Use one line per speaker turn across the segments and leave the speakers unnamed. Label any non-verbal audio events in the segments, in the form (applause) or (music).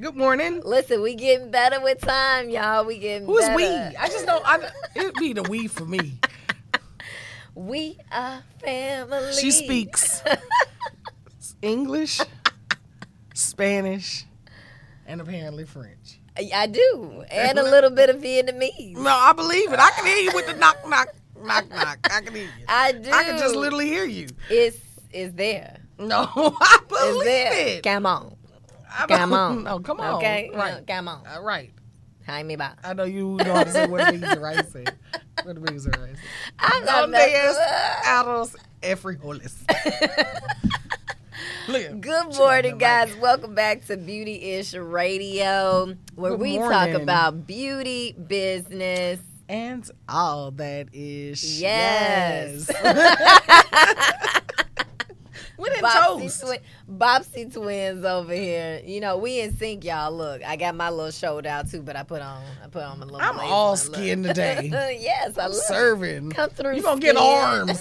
Good morning.
Listen, we getting better with time, y'all. We getting
Who's
better.
we? I just don't. I, it'd be the we for me.
We are family.
She speaks English, Spanish, and apparently French.
I (laughs) I do, and a little bit of Vietnamese.
No, I believe it. I can hear you with the knock, knock, knock, knock. I can hear you.
I do.
I can just literally hear you.
It's is there.
No, (laughs) I
It's
believe
there.
it.
Come on.
I be-
Come
(laughs)
on.
No, come on.
Okay.
Right.
Come on.
Uh, right.
Hang me back.
I know you know how to say what it means, right? Say. What it means, right?
I'm not
Donde es
messing
arroz y
(laughs)
frijoles? Look.
Good
She
morning,
on the
guys. Welcome back to Beauty Ish Radio, where
Good
we
morning.
talk about beauty business.
And all that is
Yes. (laughs)
we didn't
Bobsy,
toast.
twin, Bobsy twins over here. You know we in sync, y'all. Look, I got my little shoulder out too, but I put on I put on my little.
I'm
blazer.
all
Look.
skin today.
(laughs) yes, I love it.
Serving.
Come through.
You gonna get
skin.
arms.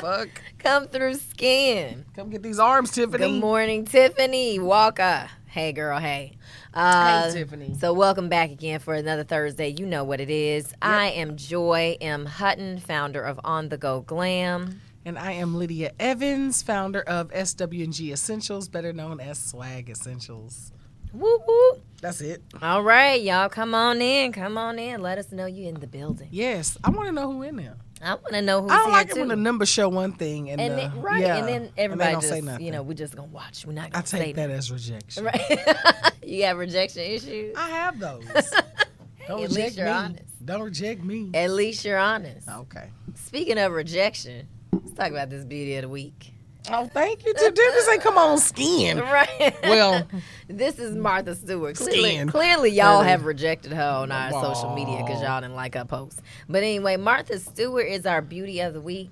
Fuck.
(laughs) Come through skin.
Come get these arms, Tiffany.
Good morning, Tiffany Walker. Hey, girl. Hey. Uh,
Tiffany.
So, welcome back again for another Thursday. You know what it is. I am Joy M. Hutton, founder of On the Go Glam.
And I am Lydia Evans, founder of SWG Essentials, better known as Swag Essentials.
Woo woo.
That's it.
All right, y'all. Come on in. Come on in. Let us know you in the building.
Yes, I want to know who in there.
I want to know who's
I don't
here
like
too.
it when the numbers show one thing and,
and
the-
then, right,
yeah,
and then
they
everybody
don't
just
say nothing.
you know we're just gonna watch. We're not
I
gonna say
take that as rejection.
(laughs) right. you have rejection issues.
I have
(laughs)
those. (laughs) Don't
At least
reject
you're
me.
honest.
Don't reject me.
At least you're honest.
Okay.
Speaking of rejection, let's talk about this beauty of the week.
Oh, thank you. Tiff. This ain't come on skin.
(laughs) Right.
Well,
(laughs) this is Martha Stewart. Clearly,
Skin.
clearly y'all
Clearly.
have rejected her on our social media because y'all didn't like her post. But anyway, Martha Stewart is our beauty of the week.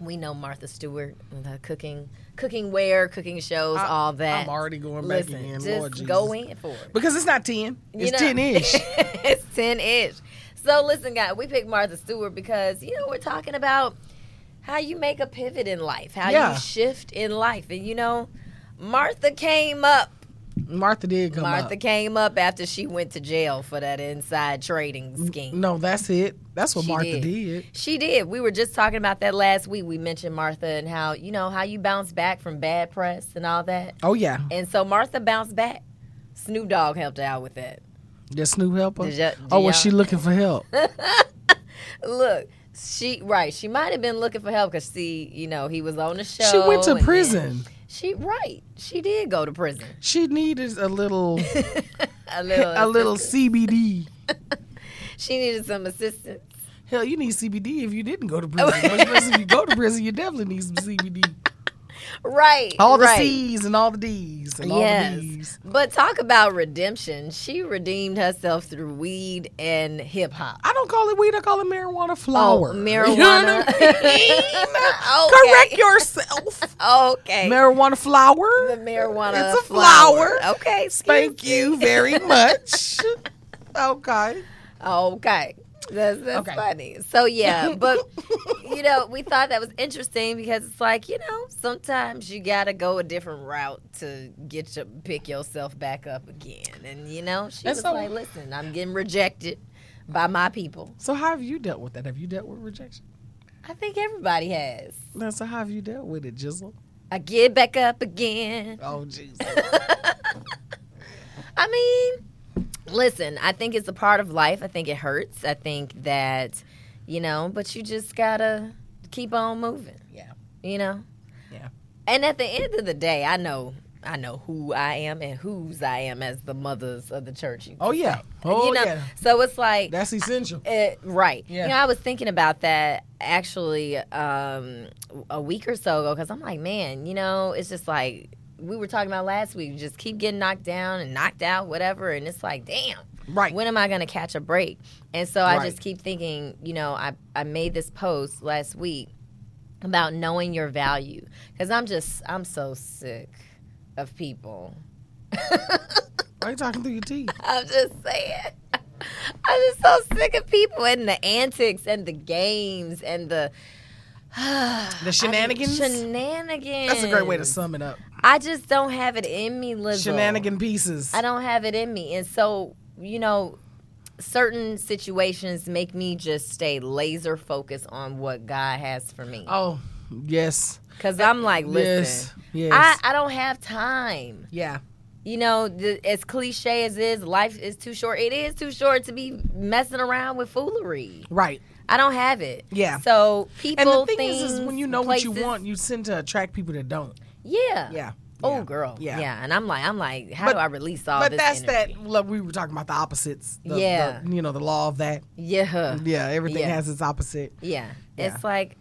We know Martha Stewart with her cooking, cooking wear, cooking shows,
I-
all that.
I'm already going back
Listen,
in.
just
Lord Jesus.
go in for it.
Because it's not 10.
You
It's
know-
10
(laughs)
ish.
it's 10 ish. So, listen, guys, we picked Martha Stewart because, you know, we're talking about how you make a pivot in life, how
Yeah.
you shift in life. And, you know, Martha came up.
Martha did come
Martha
up.
came up after she went to jail for that inside trading scheme.
No, that's it. That's what
She
Martha
did.
did.
She did. We were just talking about that last week. We mentioned Martha and how, you know, how you bounce back from bad press and all that.
Oh, yeah.
And so Martha bounced back. Snoop Dogg helped her out with that.
Did Snoop help her?
Did ya-
oh,
did
was she
y'all-
looking for
(laughs)
help?
Look, she right. She might have been looking for help because see, you know, he was on the show.
she went to
and then
prison.
She right. She did go to prison. (laughs)
She needed a little, (laughs)
A little.
a little
assistance.
CBD.
She needed some assistance.
Hell, you need CBD if you didn't go to prison. Much less if you go to prison, you definitely need some CBD.
Right.
All the
right.
C's and all the D's and all the
Yes.
B's.
But talk about redemption. She redeemed herself through weed and hip hop.
I don't call it weed. I call it marijuana flower. (laughs)
Oh,
You know
marijuana.
what I mean?
(laughs) Okay.
Correct yourself.
(laughs) Okay.
Marijuana flower.
the marijuana.
It's a flower.
Okay. excuse-
Thank you
(laughs)
very much. okay.
Okay. That's, that's
Okay.
funny.
(laughs)
So yeah, Uh, but you know, we thought that was interesting because it's like you know, sometimes you gotta go a different route to get your pick yourself back up again. And you know, she
And
was
so-
like, "Listen, I'm getting rejected by my people."
So how have you dealt with that? Have you dealt with rejection?
I think everybody has.
No, so how have you dealt with it, Jizzle?
I get back up again.
Oh, Jesus.
(laughs) I mean, listen, I think it's a part of life. I think it hurts. I think that, you know, but you just gotta keep on moving.
Yeah.
You know?
Yeah.
And at the end of the day, I know I know who I am and whose I am as the mothers of the church. you
Oh,
could
yeah.
say.
Oh,
(laughs) you know?
yeah.
So it's like
That's essential.
uh, right.
Yeah.
You know, I was thinking about that actually um, a week or so ago because I'm like, man, you know, it's just like we were talking about last week. You just keep getting knocked down and knocked out, whatever. And it's like, damn,
Right.
when am I going to catch a break? And so I just
Right.
keep thinking, you know, I, I made this post last week about knowing your value because I'm just, I'm so sick of people. (laughs)
Why are you talking through your teeth?
I'm just saying. I'm just so sick of people and the antics and the games and the
The
I mean,
shenanigans.
shenanigans.
That's a great way to sum it up.
I just don't have it in me, Lizzo.
Shenanigan pieces.
I don't have it in me. And so, you know, certain situations make me just stay laser focused on what God has for me.
Oh, yes.
Because I'm like, listen,
Yes. Yes.
I, I don't have time.
yeah.
You know, th- as cliche as is, life is too short. It is too short to be messing around with foolery.
Right.
I don't have it.
Yeah.
So
And
people,
the thing
things,
is, is when you know what
places-
you want, you tend to attract people that don't.
yeah,
Yeah.
Oh,
Yeah.
girl. Yeah.
Yeah.
And I'm like, I'm like, how
But-
do I release all
But
this?
that's
energy?
that. Look, we were talking about the opposites. The,
Yeah.
the- you know the law of that.
Yeah.
Yeah. Everything
Yeah.
has its opposite.
(laughs) Yeah.
Yeah.
It's like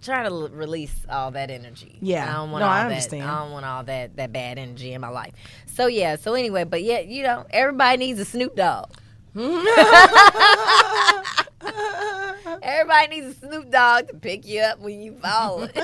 trying to l- release all that energy.
Yeah.
I don't want
No,
all
I
that.
understand.
I don't want all that that bad energy in my life. So yeah. So anyway, but yeah, you know, everybody needs a Snoop Dogg. Everybody needs a Snoop Dogg to pick you up when you fall.
(laughs)
(laughs) this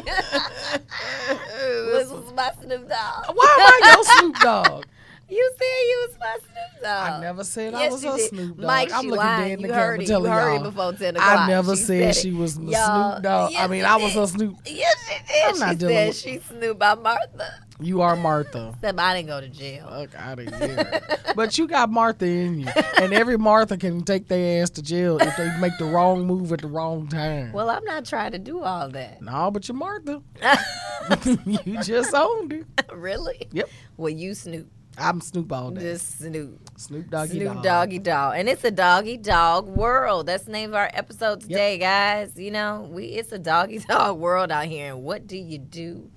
was my Snoop Dogg.
Why am I your Snoop Dogg?
You said you was my Snoop Dogg.
I never said I
Uh, Yes,
was
you
a
did.
Snoop Dogg.
Mike,
I'm
she
looking
lying.
dead in the
you heard
camera
it.
telling
you heard
y'all.
it before ten o'clock.
I never
She
said
it.
she was the
Y'all-
Snoop Dogg. I
yes,
mean,
you
I was
did.
a Snoop.
Yes, she did.
I'm
she
not
said
dealing with-
she Snoop by Martha.
You are Martha.
Except I didn't go to jail.
Fuck out of here. but you got Martha in you, and every Martha can take their ass to jail if they make the wrong move at the wrong time.
Well, I'm not trying to do all
(laughs)
that.
no, but you're Martha. (laughs) you just owned it.
really?
Yep.
Well, you Snoop.
I'm Snoop all day.
Just Snoop.
Snoop Doggy
Snoop
Dogg.
Doggy Dog. And it's a doggy dog world. That's the name of our episode today, guys. You know, we it's a doggy (laughs) dog world out here. And what do you do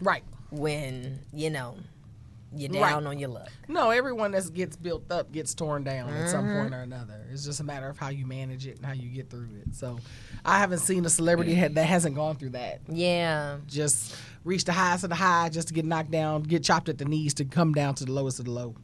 Right.
when, you know, you're down
Right.
on your luck?
No, everyone that gets built up gets torn down at some point
Mm-hmm.
or another. It's just a matter of how you manage it and how you get through it. So, I haven't seen a celebrity ha- that hasn't gone through that.
Yeah.
Just reach the highest of the high, just to get knocked down, get chopped at the knees to come down to the lowest of the low.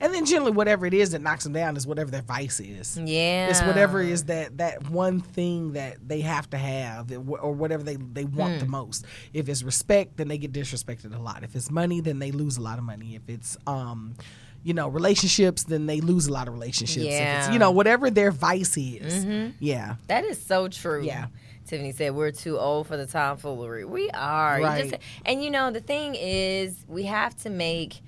And then generally, whatever it is that knocks them down is whatever their vice is.
Yeah.
It's whatever it is that that one thing that they have to have, it- or whatever they they want the most. If it's respect, then they get disrespected a lot. If it's money, then they lose a lot of money. If it's um, you know, relationships, then they lose a lot of relationships. If it's,
Yeah. Mm-hmm.
you know, whatever their vice is. Yeah.
That is so true.
Yeah.
Tiffany said, We're too old for the tomfoolery. We are. You
Right.
and you know, the thing is, we have to make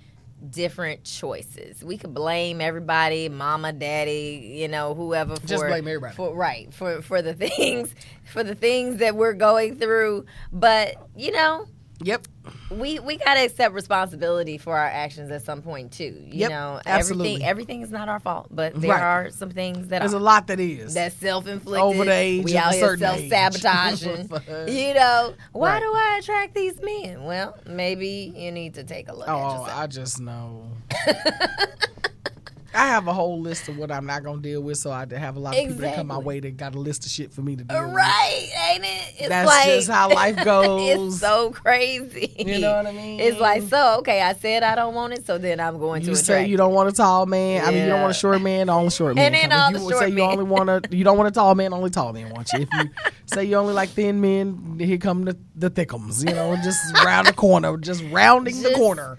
different choices. We could blame everybody, mama, daddy, you know, whoever for
Just blame everybody.
For, right. For for the (laughs) things for the things that we're going through. But, you know,
Yep.
we we gotta accept responsibility for our actions at some point too. You
Yep,
know,
absolutely.
everything everything is not our fault, but there
Right.
are some things that
There's
are
a lot that is.
that's self inflicted.
Over the age
we
of
out
a
here
certain
self
age. (laughs)
sabotaging.
Fuck.
you know, why
Right.
do I attract these men? Well, maybe you need to take a look at
oh,
yourself.
I just
(laughs)
know. I have a whole list of what I'm not gonna deal with, so I have a lot of people that come my
Exactly.
way that got a list of shit for me to deal with.
right, ain't it? It's
That's
like,
just how life
(laughs) it's
goes.
so crazy.
You know what I mean?
It's like so. Okay, I said I don't want it, so then I'm going to
You
attract.
say you don't want a tall man. I mean, you don't want a
Yeah.
short man. Only short men.
then
come.
all
If
the
you
short
say you
men.
only want
(laughs)
a, you don't want a tall man. Only tall men want you. If you say you only like thin men, here come the the thickums. You know, just round the corner, just rounding the
Just-
corner.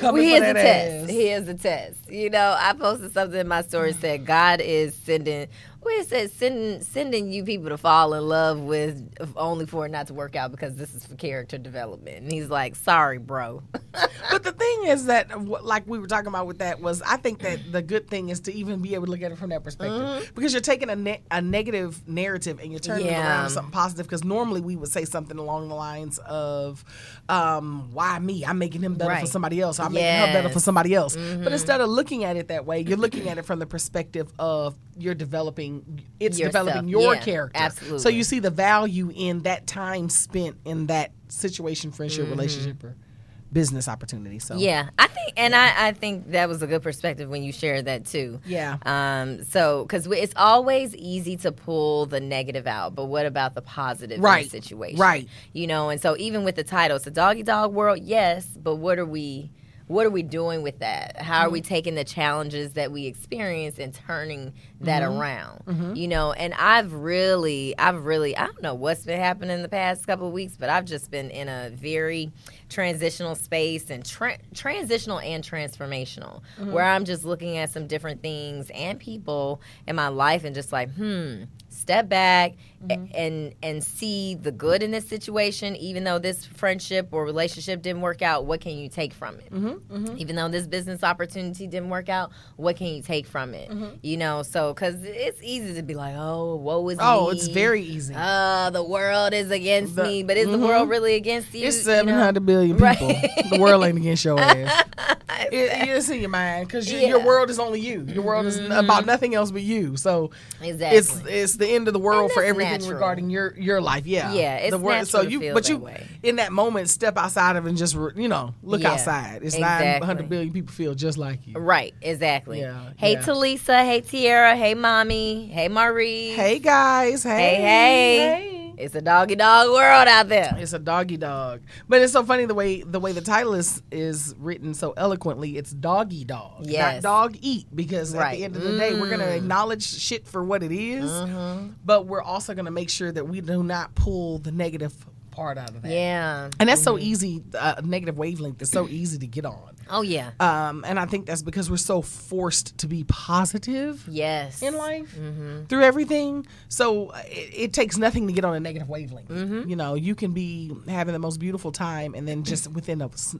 Well,
Coming
here's
for
a
that
test.
ass. Mm.
Here's a test. You know, I posted something in my story said God is sending. Where it says sending sending you people to fall in love with only for it not to work out because this is for character development. And he's like, sorry, bro. (laughs)
But the thing is that, wh- like we were talking about with that, was I think that the good thing is to even be able to look at it from that perspective because you're taking a, ne- a negative narrative and you're turning it
Mm-hmm. Yeah.
around to something positive. Because normally we would say something along the lines of, um, "Why me? I'm making him better for
Right.
somebody else. I'm making her better for
Yes. Mm-hmm.
somebody else." But instead of looking at it that way, you're looking at it from the perspective of you're developing. It's
Yourself.
developing your
Yeah,
character. So
absolutely.
you see the value in that time spent in that situation, friendship,
Mm-hmm.
relationship, or business opportunity. So
Yeah, I think, and I, I think that was a good perspective when you shared that too.
Yeah.
Um. So, because it's always easy to pull the negative out, but what about the positive in
Right,
the situation?
right.
You know, and so even with the title, it's a doggy dog world. Yes, but what are we? What are we doing with that? How are we taking the challenges that we experience and turning that around? You know, and I've really, I've really, I don't know what's been happening in the past couple of weeks, but I've just been in a very transitional space and tra- transitional and transformational, where I'm just looking at some different things and people in my life and just like, hmm, step back
Mm-hmm.
a- and and see the good in this situation even though this friendship or relationship didn't work out what can you take from it
Mm-hmm.
even though this business opportunity didn't work out what can you take from it
Mm-hmm.
you know so because it's easy to be like oh woe is
Oh,
me.
it's very easy.
uh, the world is against
The-
me, but is
mhm.
the world really against you?
it's
You
seven
know?
hundred billion
Right.
people. the world ain't against
(laughs)
your ass.
It's-
It, it's in your mind because you,
Yeah. Mm-hmm.
your world is only you. Your world is n- about nothing else but you. So
exactly.
it's it's the end of the world
And
for
that's
everything
natural.
regarding your your life. Yeah,
Yeah, it's
the world. So
natural to
you,
feel
but
that
you
way.
in that moment step outside of and just re- you know look
Yeah,
outside. It's nine
exactly.
hundred billion people feel just like you.
right, exactly.
Yeah,
hey,
yeah.
Talisa. Hey, Tiara. Hey, mommy. Hey, Marie.
Hey guys, hey
hey. It's a doggy dog world out there.
It's a doggy dog, but it's so funny the way the way the title is is written so eloquently. It's doggy dog, not
Yes.
dog eat. Because at
Right.
the end of the day, we're gonna
Mm. Mm-hmm.
acknowledge shit for what it is, but we're also gonna make sure that we do not pull the negative part out of that.
Yeah. Mm-hmm.
And that's so easy. Uh, negative wavelength is so easy to get on.
Oh yeah.
Um, and I think that's because we're so forced to be positive
Yes.
in life
Mm-hmm.
through everything. So uh, it, it takes nothing to get on a negative wavelength.
Mm-hmm.
You know, you can be having the most beautiful time, and then just within a s-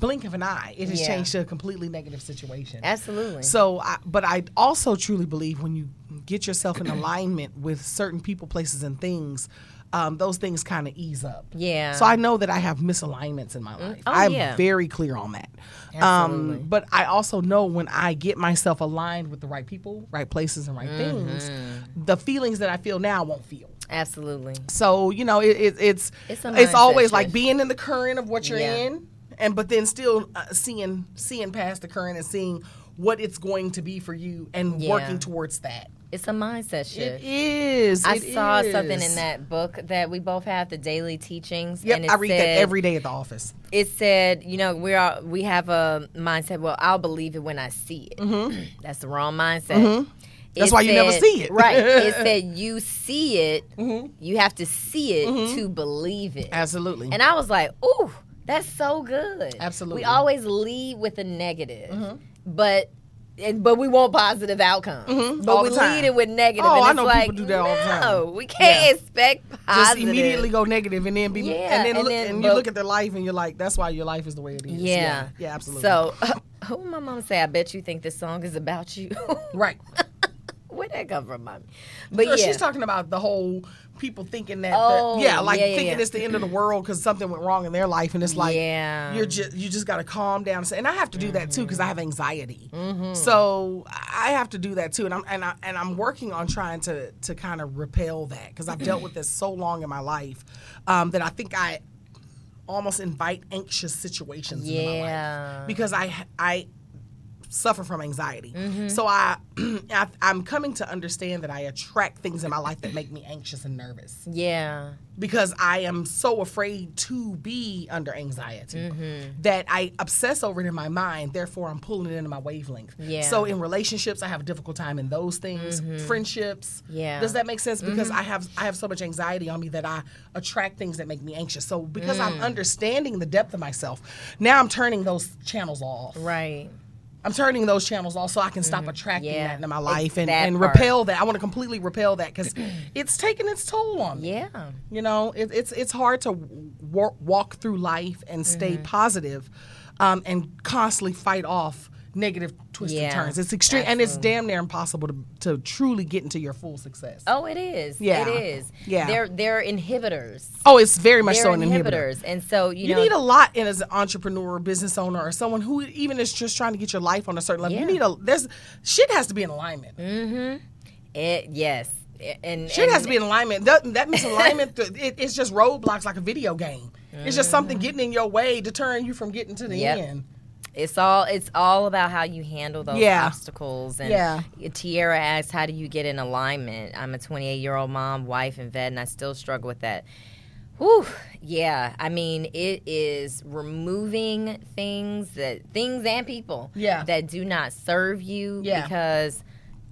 blink of an eye, it has
Yeah.
changed to a completely negative situation.
Absolutely.
So, I, but I also truly believe when you get yourself in alignment with certain people, places, and things, um, those things kind of ease up.
Yeah.
So I know that I have misalignments in my life.
Oh,
I'm
yeah.
very clear on that. Um,
Absolutely.
but I also know when I get myself aligned with the right people, right places, and right things,
Mm-hmm.
the feelings that I feel now I won't feel.
Absolutely.
So you know, it, it, it's
It's
it's,
a mindset
always like
shift.
being in the current of what you're
Yeah.
in, and but then still uh, seeing seeing past the current and seeing what it's going to be for you and
Yeah.
working towards that.
It's a mindset shift.
It is.
I
it
saw something in
is.
that book that we both have, the Daily Teachings. and
Yep,
it
I read
said-
that every day at the office.
It said, you know, we're all, we have a mindset. Well, I'll believe it when I see it. (clears throat) That's the wrong mindset.
Mm-hmm. That's why you never
said-
see it. Mm-hmm. (laughs)
right? It said you see it. You have to see it to believe it.
Absolutely.
And I was like, ooh, that's so good.
Absolutely. Mm-hmm.
We always lead with a negative, but and, but we want positive outcomes. But
Mm-hmm. All
we
the time.
lead it with negative.
Oh,
and
I
it's
know
like,
people do that all the time.
no, we can't
Yeah.
expect
just
positive.
immediately go negative and then be
Yeah,
and then,
and
look,
then
and
but-
you look at their life and you're like that's why your life is the way it is
Yeah.
yeah, Yeah, absolutely
So, (laughs) who my mom say? I bet you think this song is about you. (laughs)
right
Where'd that come from, mommy?
(laughs)
But
Girl,
yeah,
she's talking about the whole people thinking that, the-
Oh,
yeah, like
yeah, yeah,
thinking
yeah.
it's the end of the world because something went wrong in their life, and it's like
Yeah.
you're just you just got to calm down. And say- And I have to do that too because I have anxiety,
Mm-hmm.
so I have to do that too, and I'm and I and I'm working on trying to to kind of repel that because I've dealt with this so long in my life um, that I think I almost invite anxious situations in my
Yeah.
life because I I suffer from anxiety. So I, (clears throat) I I'm coming to understand that I attract things in my life that make me anxious and nervous
yeah,
because I am so afraid to be under anxiety
Mm-hmm.
that I obsess over it in my mind. Therefore, I'm pulling it into my wavelength.
Yeah. Mm-hmm.
So in relationships, I have a difficult time in those things. Friendships.
Yeah. Mm-hmm.
Does that make sense? Because I have I have so much anxiety on me that I attract things that make me anxious. So because
Mm.
I'm understanding the depth of myself, now I'm turning those channels off.
right.
I'm turning those channels off so I can stop attracting
Mm-hmm. Yeah.
that into my
It's
life and,
that
and
part.
repel that. I want to completely repel that because it's taking its toll on me.
Yeah,
You know, it, it's it's hard to wa- walk through life and stay
Mm-hmm.
positive, um, and constantly fight off negative twists
Yeah.
and turns. It's extreme and it's damn near impossible to, to truly get into your full success.
Oh, it is.
Yeah.
It is.
Yeah.
They're they're inhibitors.
Oh, it's very much
They're
so an inhibitor.
inhibitors. And so you,
You
know
need a lot in as an entrepreneur, business owner, or someone who even is just trying to get your life on a certain level.
Yeah.
You need a there's shit has to be in alignment.
it yes. A- And
Shit
and-
has to be in alignment. That, that misalignment, th- it, it's just roadblocks like a video game. It's just something getting in your way, deterring you from getting to the
Mm-hmm. Yep.
end.
It's all it's all about how you handle those
Yeah.
obstacles. And
Yeah.
Tiara asked, "How do you get in alignment?" I'm a 28 year old mom, wife, and vet, and I still struggle with that. Whew. Yeah. I mean, it is removing things that things and people
Yeah.
that do not serve you
Yeah.
because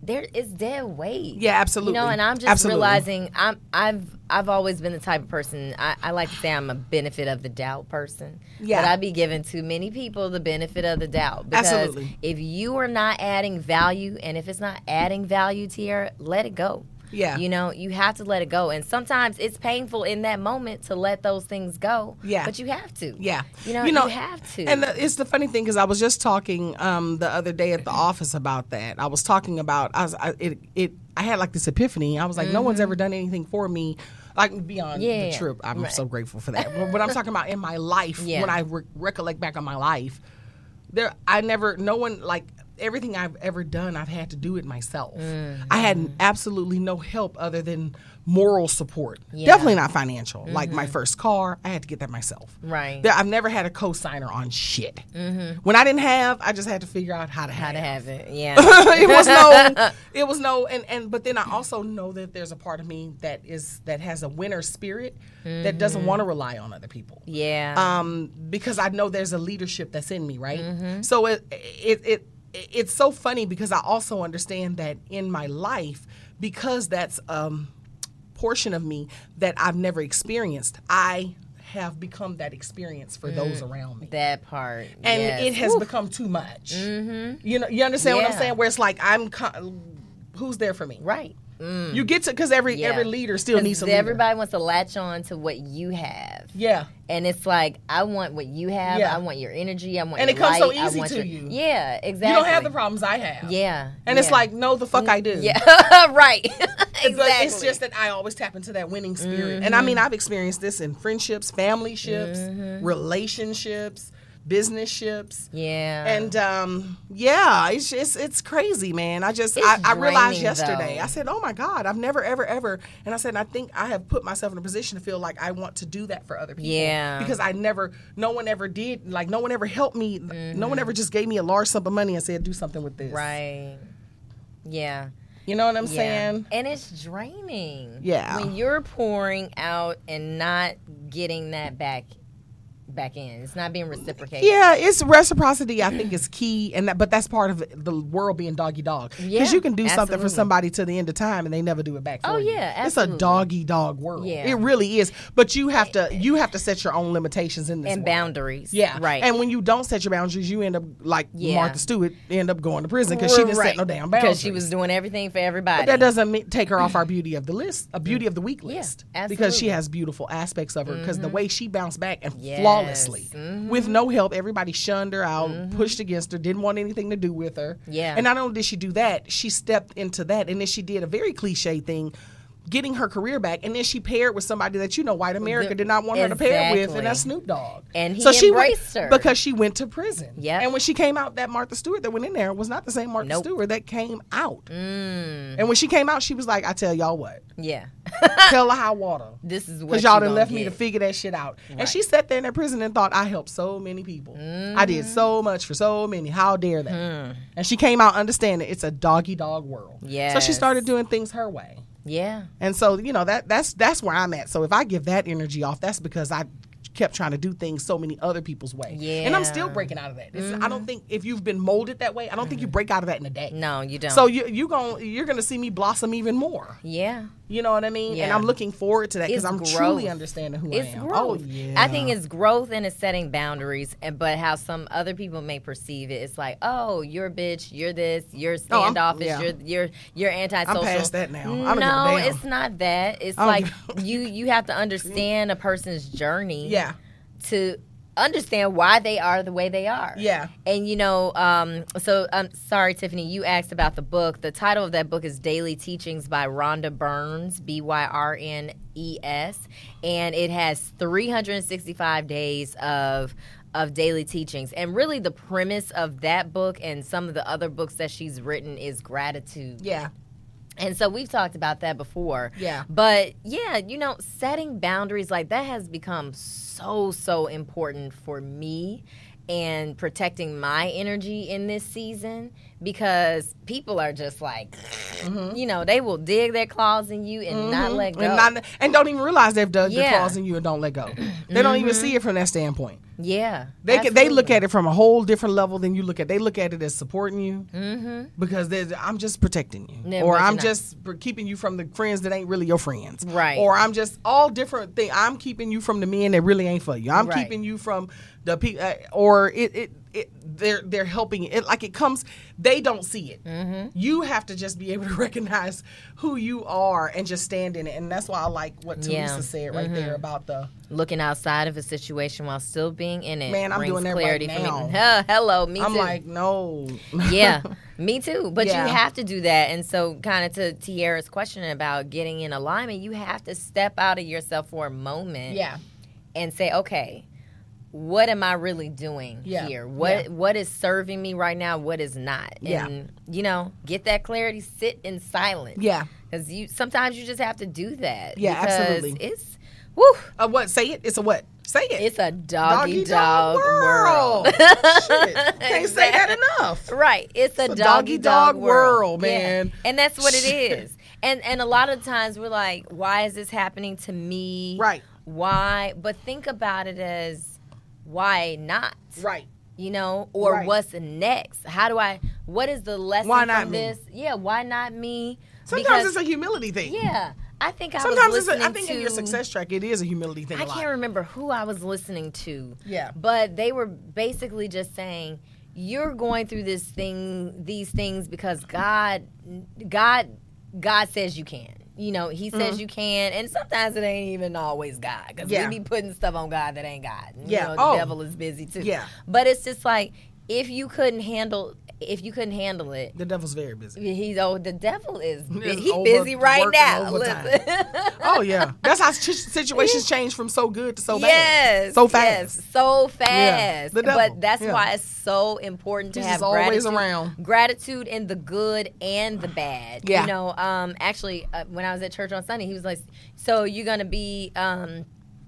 there is dead weight.
Yeah, absolutely.
You know, and I'm just
Absolutely.
realizing I'm I've I've always been the type of person I, I like to say I'm a benefit of the doubt person.
Yeah.
But I be giving too many people the benefit of the doubt. Because
Absolutely.
if you are not adding value and if it's not adding value to your let it go.
Yeah.
You know, you have to let it go. And sometimes it's painful in that moment to let those things go.
Yeah.
But you have to.
Yeah,
You know, you have to.
And the, it's the funny thing because I was just talking um, the other day at the office about that. I was talking about I, was, I it it I had like this epiphany. I was like, no one's ever done anything for me. Like beyond
Mm-hmm. Yeah,
the trip, I'm
right.
so grateful for that. but, but I'm talking about in my life
(laughs) Yeah.
when I re- recollect back on my life, there I never no one like everything I've ever done I've had to do it myself. I had
Mm-hmm.
absolutely no help other than moral support.
Yeah. Mm-hmm.
Definitely not financial. Like my first car, I had to get that myself.
Right.
(laughs) There- I've never had a co-signer on shit. When I didn't have, I just had to figure out how to
How
have.
to
it.
have it. Yeah.
(laughs) it was no, it was no, and and but then I also know that there's a part of me that is that has a winner spirit that doesn't want to rely on other people
yeah.
um, because I know there's a leadership that's in me, right?
Mm-hmm.
So it, it it it's so funny because I also understand that in my life, because that's um, portion of me that I've never experienced, I have become that experience for those around me.
Mm. that part.
And
yes. Mm-hmm.
it has become too much. You know, you understand what I'm
Yeah.
saying? Where it's like I'm, co- who's there for me?
right. Mm.
You get to because every
Yeah.
every leader still
'Cause
needs a leader.
Everybody wants to latch on to what you have.
Yeah,
And it's like I want what you have.
Yeah.
I want your energy. I want
And
your
it comes so
light, I
easy
want
to
your-
you.
Yeah, exactly.
you don't have the problems I have.
Yeah,
and it's
yeah. Mm.
like no, the fuck I do.
yeah, (laughs) right. (laughs) exactly. Mm-hmm.
But it's just that I always tap into that winning spirit. And I mean, I've experienced this in friendships, family ships, relationships, business ships.
yeah.
And um, yeah, it's it's it's crazy, man. I just
It's
I, I realized
draining,
yesterday.
though.
I said, "Oh my God, I've never ever ever." And I said, "I think I have put myself in a position to feel like I want to do that for other people."
Yeah.
Because I never, no one ever did. Like no one ever helped me. No one ever just gave me a large sum of money and said, "Do something with this."
Mm-hmm. right. Yeah.
You know what I'm
yeah.
saying?
And it's draining.
Yeah.
When you're pouring out and not getting that back back in. It's not being reciprocated.
Yeah, it's reciprocity. I think is key, and that, but that's part of the world being doggy dog. Because
Yeah,
you can do something for
absolutely.
somebody till the end of time, and they never do it back. For
Oh,
you.
yeah,
it's a
absolutely.
doggy dog world.
Yeah. Eh,
it really is. But you have to you have to set your own limitations in this
And
world.
boundaries.
Yeah,
Right.
And when you don't set your boundaries, you end up like
Yeah.
Martha Stewart, end up going to prison because she didn't set
Right.
no damn boundaries.
Because she was doing everything for everybody.
But that doesn't mean, take her off our beauty of the list, a beauty of the week list, because she
Mm. absolutely. Mm-hmm.
has beautiful aspects of her. Because the way she bounced back and
Yes. Mm-hmm.
flawlessly, with no help, everybody shunned her out, pushed against her, didn't want anything to do with her.
Yeah.
And not only did she do that, she stepped into that, and then she did a very cliche thing. Getting her career back, and then she paired with somebody that you know white America did not want her to pair with, and
Exactly.
that's Snoop Dogg.
And he
she went-
embraced her.
because she went to prison.
Yep.
and when she came out, that Martha Stewart that went in there was not the same Martha
Nope. Mm.
Stewart that came out. And when she came out, she was like, "I tell y'all what,
(laughs) yeah.
tell her how water,
this is what
because y'all
you
done
gonna
left me to
get.
figure that shit out." And she sat there in that prison and thought, "I helped so many people. I did
Mm.
so much for so many. How dare they?"
Hmm.
And she came out understanding it's a doggy dog world. So she
Yes.
started doing things her way.
Yeah.
And so you know that that's that's where I'm at. So if I give that energy off, that's because I kept trying to do things so many other people's way. And I'm still
Yeah. Mm-hmm.
breaking out of that. It's, I don't think if you've been molded that way, I don't think you break out of that in a day.
No, you don't.
So you you going you're going to see me blossom even more.
yeah.
You know what I mean? And
Yeah.
I'm looking forward to that because
It's
I'm
growth.
truly understanding who I
It's
am.
growth.
Oh yeah.
I think it's growth and it's setting boundaries, and but how some other people may perceive it, it's like, oh, you're a bitch, you're this, you're
Oh, I'm-
standoffish,
yeah.
you're you're you're antisocial.
past that now. I don't give a
No,
damn.
it's not that. It's
I don't
like you you have to understand a person's journey.
yeah.
To understand why they are the way they are.
Yeah.
And you know, um, so I'm sorry, Tiffany. You asked about the book. The title of that book is "Daily Teachings" by Rhonda Burns, B Y R N E S, and it has 365 days of of daily teachings. And really, the premise of that book and some of the other books that she's written is gratitude.
Yeah.
And so we've talked about that before.
Yeah.
But yeah, you know, setting boundaries like that has become so, so important for me and protecting my energy in this season because people are just like, you know, they will dig their claws in you and not let go.
Mm-hmm. And not, and don't even realize they've dug their
Yeah. Mm-hmm.
claws in you and don't let go. They don't even see it from that standpoint.
yeah.
They can, they look
absolutely.
at it from a whole different level than you look at. They look at it as supporting you mm-hmm. because there's- I'm just protecting you,
No,
or
but you're
I'm
not.
just pr- keeping you from the friends that ain't really your friends,
Right.
Or I'm just all different thing. I'm keeping you from the men that really ain't for you. I'm
Right.
keeping you from the people, uh, or it, it it, they're they're helping it like it comes they don't see it
Mm-hmm.
you have to just be able to (laughs) recognize who you are and just stand in it and that's why i like what
Yeah. Mm-hmm.
teresa said right there about the
Looking outside of a situation while still being in it.
Man, I'm
brings
doing that right
clarity For
now.
me. Hell, (laughs) hello, me
i'm
too.
like no
yeah, (laughs) me too. But
Yeah.
you have to do that. And so, kind of to Tiara's question about getting in alignment, you have to step out of yourself for a
(laughs)
moment
yeah
and say, okay, what am I really doing
Yeah.
here? What
Yeah.
what is serving me right now? What is not?
Yeah.
And you know, get that clarity. Sit in silence.
yeah
Because you sometimes you just have to do that.
Yeah,
because
absolutely.
It's woo.
a what say it it's a what say it
It's a doggy, dog,
(laughs)
world.
Shit. Can't say that enough.
Right. It's a,
a
doggy
doggy
dog,
dog
world,
world,
Yeah.
man.
And that's what it
(laughs) Shit.
is. And and a lot of times we're like, why is this happening to me?
Right.
Why? But think about it as why not?
Right.
You know, or
Right.
what's next? How do I what is the lesson
Why not
from
me?
this? Yeah, why not me?
Sometimes it's a humility thing.
Yeah. I think I
Sometimes
was
it's a,
listening
I think
to
in your success track it is a humility thing.
I
a lot.
can't remember who I was listening to.
Yeah.
But they were basically just saying you're going through this thing these things because God God God says you can. You know, he says you can, and sometimes it ain't even always God because
Mm-hmm. Yeah.
we be putting stuff on God that ain't God. You
Yeah.
know, the
Oh.
devil is busy too.
Yeah.
but it's just like if you couldn't handle if you couldn't handle it,
The devil's very
(laughs)
busy.
he's oh the devil is
Is
he
over-
busy right
working
now.
overtime.
Listen. (laughs)
Oh yeah, that's how situ- situations change from so good to so
yes,
bad. So
yes,
fast.
so fast.
the devil,
But that's
yeah.
why it's so important to
He's
have
just always
gratitude,
around.
gratitude in the good and the bad.
Yeah.
You know, um, actually, uh, when I was at church on Sunday, he was like, "So you're gonna be." Um,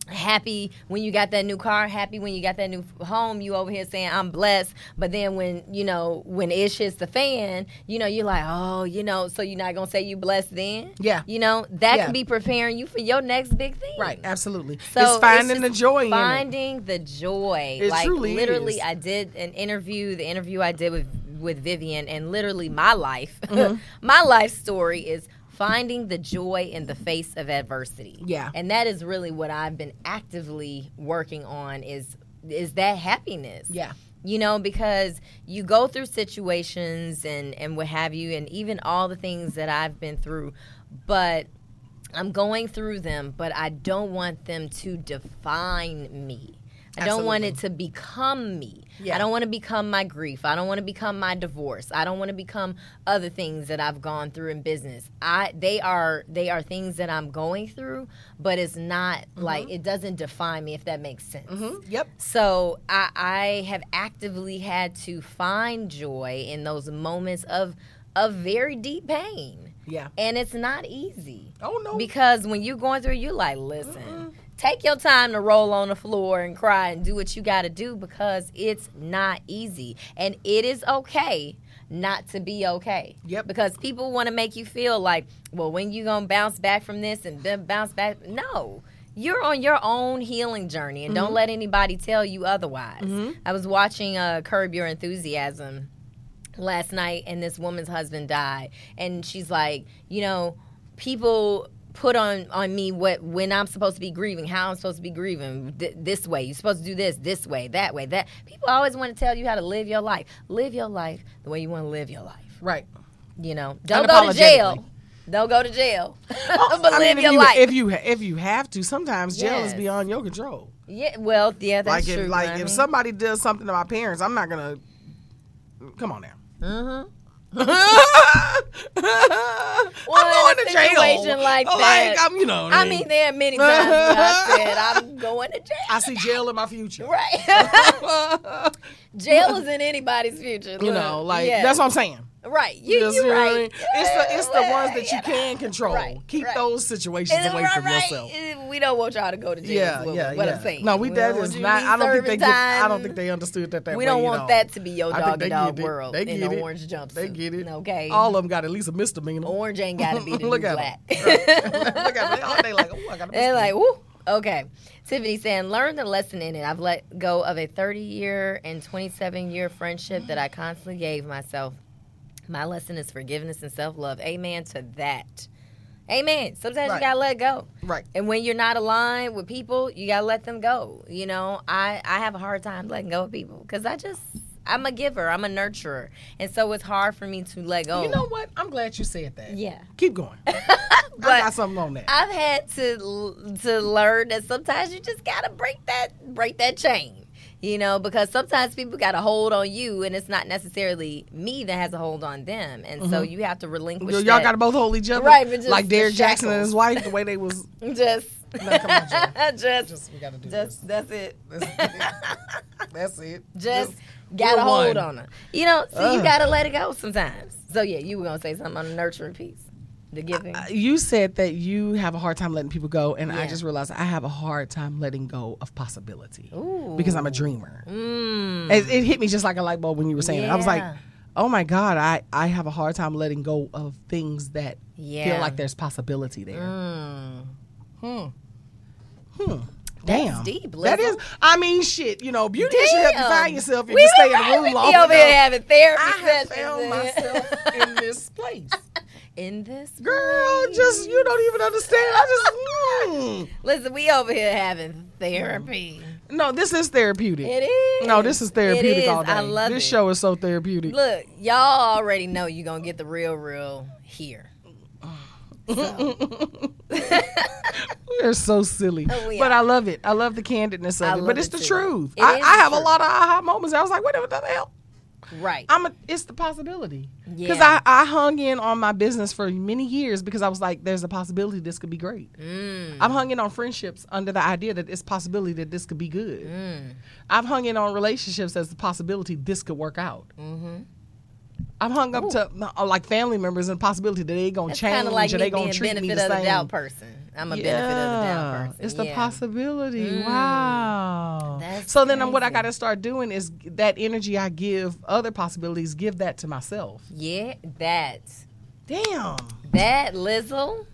Happy when you got that new car, happy when you got that new f- home, you over here saying I'm blessed, but then when, you know, when ish hits the fan, you know, you're like, "Oh, you know, so you're not going to say you blessed then?"
Yeah.
You know, that
Yeah.
could be preparing you for your next big thing.
Right. Absolutely.
So
it's finding
just
the joy in it.
Finding the joy.
It
like
truly
literally
is.
I did an interview, the interview I did with with Vivian and literally my life. (laughs)
Mm-hmm.
my life story is finding the joy in the face of adversity.
Yeah.
And that is really what I've been actively working on is is that happiness
Yeah.
you know because you go through situations and and what have you and even all the things that i've been through but i'm going through them but i don't want them to define me I don't want it to become me.
Yeah.
I don't want to become my grief. I don't want to become my divorce. I don't want to become other things that I've gone through in business. I they are they are things that I'm going through, but it's not like it doesn't define me if that makes sense.
Mhm. Yep.
So I, I have actively had to find joy in those moments of of very deep pain,
Yeah.
and it's not easy
Oh no.
because when you're going through, you're like, listen, take your time to roll on the floor and cry and do what you got to do because it's not easy, and it is okay not to be okay.
Yep.
Because people want to make you feel like, well, when you gonna bounce back from this and then bounce back? No. You're on your own healing journey, and don't let anybody tell you otherwise. I was watching uh, Curb Your Enthusiasm last night and this woman's husband died and she's like you know people put on on me what when i'm supposed to be grieving how i'm supposed to be grieving th- this way you're supposed to do this this way that way that people always want to tell you how to live your life live your life the way you want to live your life (laughs)
right.
you know don't go to jail don't go to jail (laughs) but
Oh, I
live
mean, if
your
you,
life
If you ha- if you have to, sometimes jail
Yes.
is beyond your control.
yeah well yeah that's
like
true
if like
I
if
mean,
somebody does something to my parents, I'm not gonna. Come
(laughs)
on now. (laughs)
mhm.
I'm going
in a
to jail.
situation like that-
I'm, you know. what
i mean there are many times
(laughs)
when i said i'm going to jail (laughs)
I see jail in my future.
right (laughs) jail is in anybody's future.
you
look.
know, like
Yeah.
that's what I'm saying.
right. You,
Just,
you
know what I
right.
mean? It's the it's the
Yeah,
ones that you
yeah.
can control.
Right,
Keep
right.
those situations
And
away
right,
from
right.
yourself.
Uh, We don't want y'all to go to jail.
Yeah,
is what,
yeah,
what
yeah.
I'm saying.
No, we, that
don't
is
want you
not. I don't think
serving
they get. I don't
time.
think they understood that. that
we
way
don't
at
want
all.
that to be your
I think
dog
they
and dog
get it.
world
They
in
get
the
it.
orange jumpsuit.
They get it.
Okay.
All of them got at least a misdemeanor.
(laughs) orange ain't got to be the
Look
new
at 'em.
black.
(laughs) Look at them. They, all, they like, oh, I got a misdemeanor.
They're like, woo. Okay. Tiffany saying, learn the lesson in it. I've let go of a 30 year and 27 year friendship that I constantly gave myself. My lesson is forgiveness and self love. Amen to that. Amen. Sometimes you
Right.
got to let go.
right.
And when you're not aligned with people, you got to let them go. You know, I, I have a hard time letting go of people because I just, I'm a giver. I'm a nurturer, and so it's hard for me to let go.
You know what? I'm glad you said that.
Oh. Yeah.
Keep
(laughs)
going. I got
but
something on that.
I've had to l- to learn that sometimes you just gotta break that break that chain. You know, because sometimes people got a hold on you, and it's not necessarily me that has a hold on them, and so you have to relinquish.
Mm-hmm. Yo, y'all
that.
got to both hold each other,
Right, but just
like Derek
the
Jackson and
shackles.
his wife, the way they
(laughs)
was.
(laughs) just,
No, come on, Joe.
(laughs) just,
Just we got to do this.
just, that's it.
That's it.
just got a
we're
hold
one.
on her. You know, so
Ugh.
you gotta let it go sometimes. So yeah, you were gonna say something on the nurturing piece, the giving.
Uh, You said that you have a hard time letting people go, and I
Yeah.
just realized I have a hard time letting go of possibility
Ooh.
because I'm a dreamer.
Mm.
It, it hit me just like a light bulb when you were saying it. I was like,
Yeah.
oh my God, I, I have a hard time letting go of things that
Yeah.
feel like there's possibility there.
Mm.
Hmm.
That's
Damn.
deep,
That is,
Lizzo.
I mean, shit, you know, beauty should help you
Damn.
find yourself if
We
you stay in
right,
the room
we
long
over here
enough.
having therapy
I have
sessions
found
in-
myself
(laughs)
in this place.
in this
Girl, just, you don't even understand. I just,
Listen, we over here having therapy.
mm. No, this is therapeutic.
It is.
No, this is therapeutic
It is.
all day.
I love
this
it.
show is so therapeutic.
Look, y'all already know you're gonna get the real, real here. (laughs)
(laughs) We're so silly.
Oh, we
but
are.
I love it. I love the candidness of
I
it.
love
But it's
it
the
too.
truth.
It
I,
is
I
the
have a
truth.
lot of aha moments. I was like, whatever the hell.
Right.
I'm a, it's the possibility. Because
Yeah.
I, I hung in on my business for many years because I was like, there's a possibility this could be great.
Mm.
I've hung in on friendships under the idea that it's possibility that this could be good.
Mm.
I've hung in on relationships as the possibility this could work out.
Mm-hmm.
I've hung up to uh, like family members and the possibility that they gonna
That's kind
change
of like
or
me
they
being
gonna treat
benefit
me the
of
same.
the doubt person. I'm a benefit of the doubt
Yeah,
person.
It's the
yeah. Mm.
possibility. Wow.
That's
so then, um, what I
crazy.
got to start doing is g- that energy I give other possibilities, give that to myself.
Yeah, that
(sighs) Damn.
that Lizzle.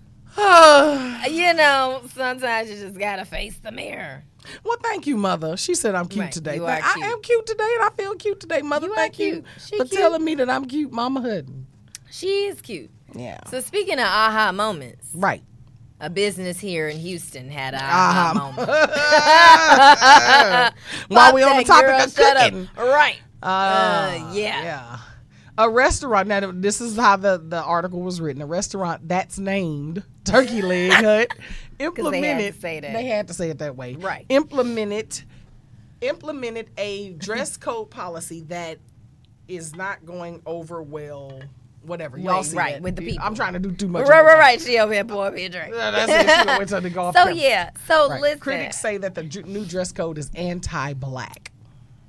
You know, sometimes you just gotta face the mirror.
well, thank you, mother. She said I'm cute
Right,
today.
you
Th-
are cute.
I am cute today, and I feel cute today, mother.
You are
thank you
cute. She
for
cute.
telling me that I'm cute, Mama Hutton.
She is cute.
Yeah.
So speaking of aha moments,
Right.
a business here in Houston had an aha moment.
Uh-huh. (laughs) While
Pop
we on the
that,
topic
girl,
of
shut up.
cooking.
right?
Ah,
Uh, yeah.
Yeah. A restaurant. Now, this is how the, the article was written. A restaurant that's named Turkey
(laughs)
Leg Hut implemented.
say that.
They had to say it that way.
Right.
Implemented implemented a dress code policy that is not going over well. Whatever y'all
Right,
see
right,
that.
with the people.
I'm trying to do too much.
Right,
of
right,
it.
right. She over here pouring me a drink.
Yeah, that's it. She done went to the
(laughs)
golf
so
course.
yeah. So
Right.
listen.
Critics say that the dr- new dress code is anti-black.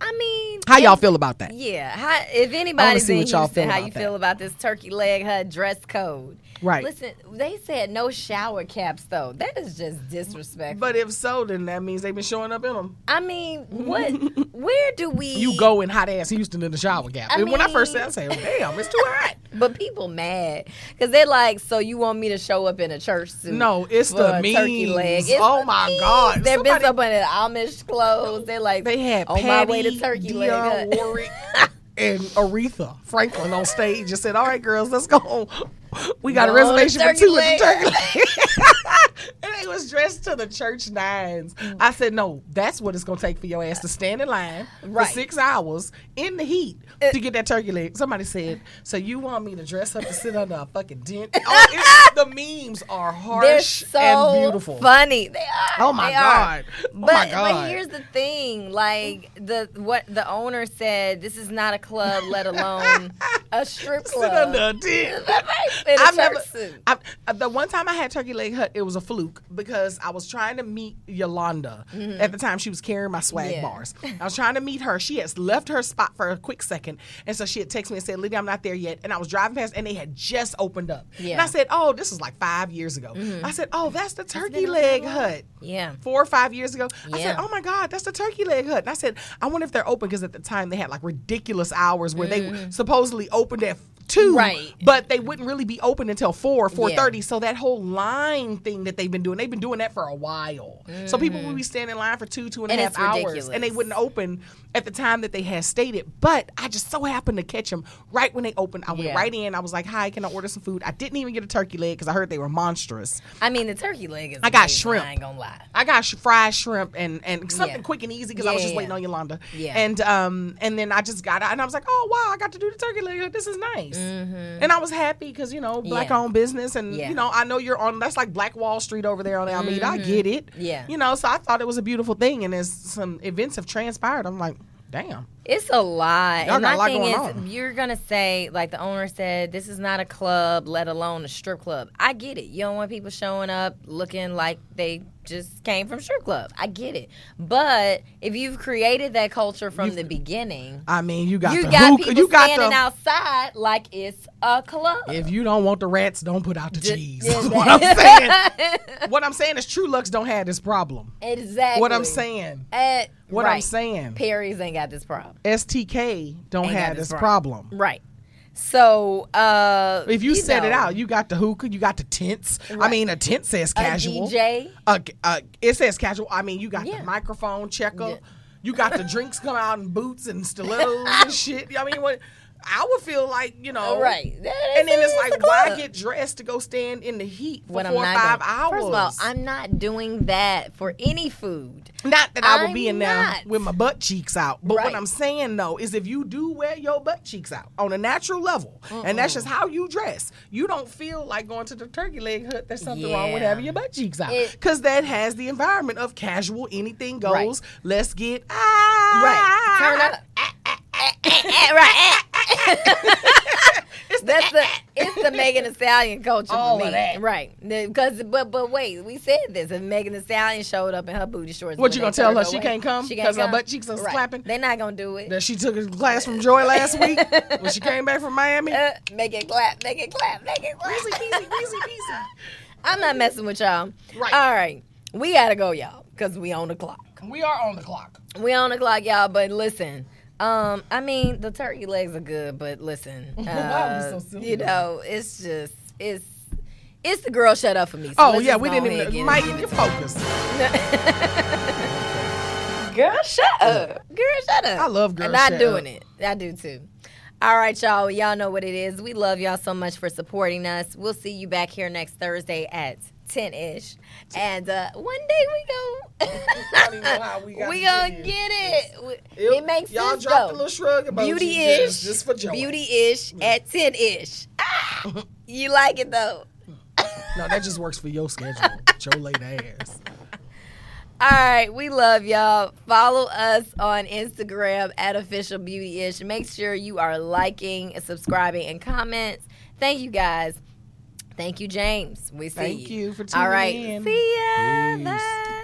I mean,
How y'all
if-
feel about that?
Yeah. How, if anybody's
see
in
what y'all
Houston,
feel
how
about
you
that.
feel about this turkey leg hut dress code?
Right.
Listen, they said no shower caps though. That is just disrespectful.
But if so, then that means they've been showing up in them.
I mean,
(laughs)
what? where do we?
You go in hot ass Houston in the shower gap.
I
and when I first
mean-
said, I said, "Damn, it's too hot."
But people mad because they're like, so you want me to show up in a church suit?
No, it's
for
the
a turkey leg.
memes. Oh
the
my
memes.
God.
They've been
Somebody-
up in the Amish clothes. They're like,
They had
on
Patty,
my way to turkey leg.
Dionne
hut."
Warwick,
(laughs)
and Aretha Franklin on stage and said, "All right, girls, let's go. We got a
Go to
reservation for
turkey
two at
leg.
the
(laughs)
turkey leg." (laughs) and they was dressed to the church nines.
Mm.
I said, "No, that's what it's gonna take for your ass to stand in line
Right.
for six hours in the heat
Uh,
to get that turkey leg." Somebody said, "So you want me to dress up to sit under a fucking
(laughs)
tent?" Oh, it- the memes are
They're
harsh
so
and beautiful.
funny. They are.
Oh my
They are.
god! Oh
But,
my god!
but here's the thing, like the what the owner said, this is not a club, let alone a
(laughs)
strip
sit
club. (laughs)
under a tent.
In a
I've
church
never.
suit.
I, uh, the one time I had turkey leg hut, it was a fluke because I was trying to meet Yolanda. At the time, she was carrying my swag
Mm-hmm. Yeah. (laughs)
bars. I was trying to meet her. She has left her spot for a quick second, and so she had texted me and said, "Lydia, I'm not there yet." And I was driving past, and they had just opened up. And
Yeah. Mm-hmm.
I said, "Oh, this was like five years ago." I said, "Oh, that's the turkey
been a
leg
little
hut."
Yeah.
Four or five years ago, I said,
Yeah.
"Oh my God, that's the turkey leg hut." And I said, "I wonder if they're open because at the time they had like ridiculous hours where they supposedly opened at two,
Mm-hmm. Right.
But they wouldn't really be open until four, four thirty.
Yeah.
So that whole line thing that they've been doing, they've been doing that for a while. So people would be standing in line for two, two and a
Mm-hmm. And
half hours,
it's
and they
ridiculous.
wouldn't open at the time that they had stated. But I just so happened to catch them right when they opened. I went
Yeah.
right in. I was like, "Hi, can I order some food?" I didn't even get a turkey leg because I heard they were monstrous.
I mean, the turkey leg is.
I got
amazing,
shrimp.
I ain't gonna lie.
I got sh- fried shrimp and and something
Yeah.
quick and easy because I
Yeah,
was just
yeah,
waiting
yeah.
on Yolanda.
Yeah.
And um and then I just got out and I was like, oh wow, I got to do the turkey leg. This is nice. And I was happy because you know black
Mm-hmm. Yeah.
owned business and
Yeah. Mm-hmm.
you know I know you're on that's like Black Wall Street over there on Alameda. I get it.
Yeah.
You know, so I thought it was a beautiful thing and as some events have transpired, I'm like, damn.
It's a lot.
Y'all got
and my
a lot
thing
going
is,
on.
you're gonna say like the owner said, this is not a club, let alone a strip club. I get it. You don't want people showing up looking like they just came from strip club. I get it. But if you've created that culture from the beginning,
I mean, you got
you
the
got
hook-
people
you got
standing
the,
outside like it's a club.
If you don't want the rats, don't put out the
Ju-
cheese.
yeah,
(laughs) what I'm saying.
(laughs)
what I'm saying is True Lux don't have this problem.
exactly.
What I'm saying.
Eh,
What I'm
right.
saying.
Perry's ain't got this problem.
STK don't
Ain't
have
got this
this problem.
Right. So uh
If you, set it
know,
out, you got the hookah, you got the tents. I
Right.
mean, a tent says casual.
A DJ.
A- a- it says casual. I mean, you got
Yeah.
the microphone checker.
Yeah.
You got the drinks come out in boots and
(laughs)
stilettos and shit. I mean, what? I would feel like you know,
Right. That is-
Oh. And then it's
that is
like,
a
why
club.
get dressed to go stand in the heat for
What I'm
four or
not
five
gonna-
hours?
First of all, I'm not doing that for any food.
Not that I would be
I'm
in there
not.
with my butt cheeks out. But what
Right.
I'm saying though is if you do wear your butt cheeks out on a natural level, and that's just how you dress, you don't feel like going to the turkey leg hood. There's something wrong with
Yeah.
having your butt cheeks out.
It-
Because that has the environment of casual, anything goes.
Right.
Let's get ah,
Right. Ah, Turn up. ah,
(laughs)
right. ah, That's the it's the Megan Thee Stallion culture
All
for
of
me,
that.
right? Because but but wait, we said this. If Megan Thee Stallion showed up in her booty shorts,
What
when
you
they
gonna tell
turned
her she
away,
can't come
she can't
'cause her
come?
butt cheeks are
Right.
clapping?
They're not gonna do it.
That she took a class from Joy last week when she came back from
(laughs)
Miami.
Uh, make it clap, make it clap, make it clap.
Easy, easy, easy, easy.
(laughs) I'm not messing with y'all.
Right.
All right, we gotta go, y'all, because we on the clock.
We are on the clock.
We on the clock, y'all. But listen, um, I mean the turkey legs are good, but listen,
(laughs) Why
uh,
we so silly
you
about
know, it's just it's it's the girl shut up for me. So
Oh
let's
yeah,
just
we
go
didn't
ahead and
even.
get-
Mike,
give
you
it
focus.
to- (laughs) girl, shut up. Girl, shut up.
I love girl
And I
shut
doing
up.
it. I do too. All right, y'all. Y'all know what it is. We love y'all so much for supporting us. We'll see you back here next Thursday at 10 ish. And uh, one day we go.
(laughs) I don't even know how
(laughs)
we got to get
gonna
here.
get it.
It-
It makes
y'all
sense.
dropped a
though.
little shrug emoji
Beauty ish.
just- just for joy.
Beauty ish at ten ish.
(laughs)
Ah, you like it though.
No, that just works for your (laughs) schedule, your late ass.
All right, we love y'all. Follow us on Instagram at official beauty ish. Make sure you are liking, subscribing, and comments. Thank you guys. Thank you, James. We see
Thank you for
All right,
tuning in.
see ya.
Peace.
Bye.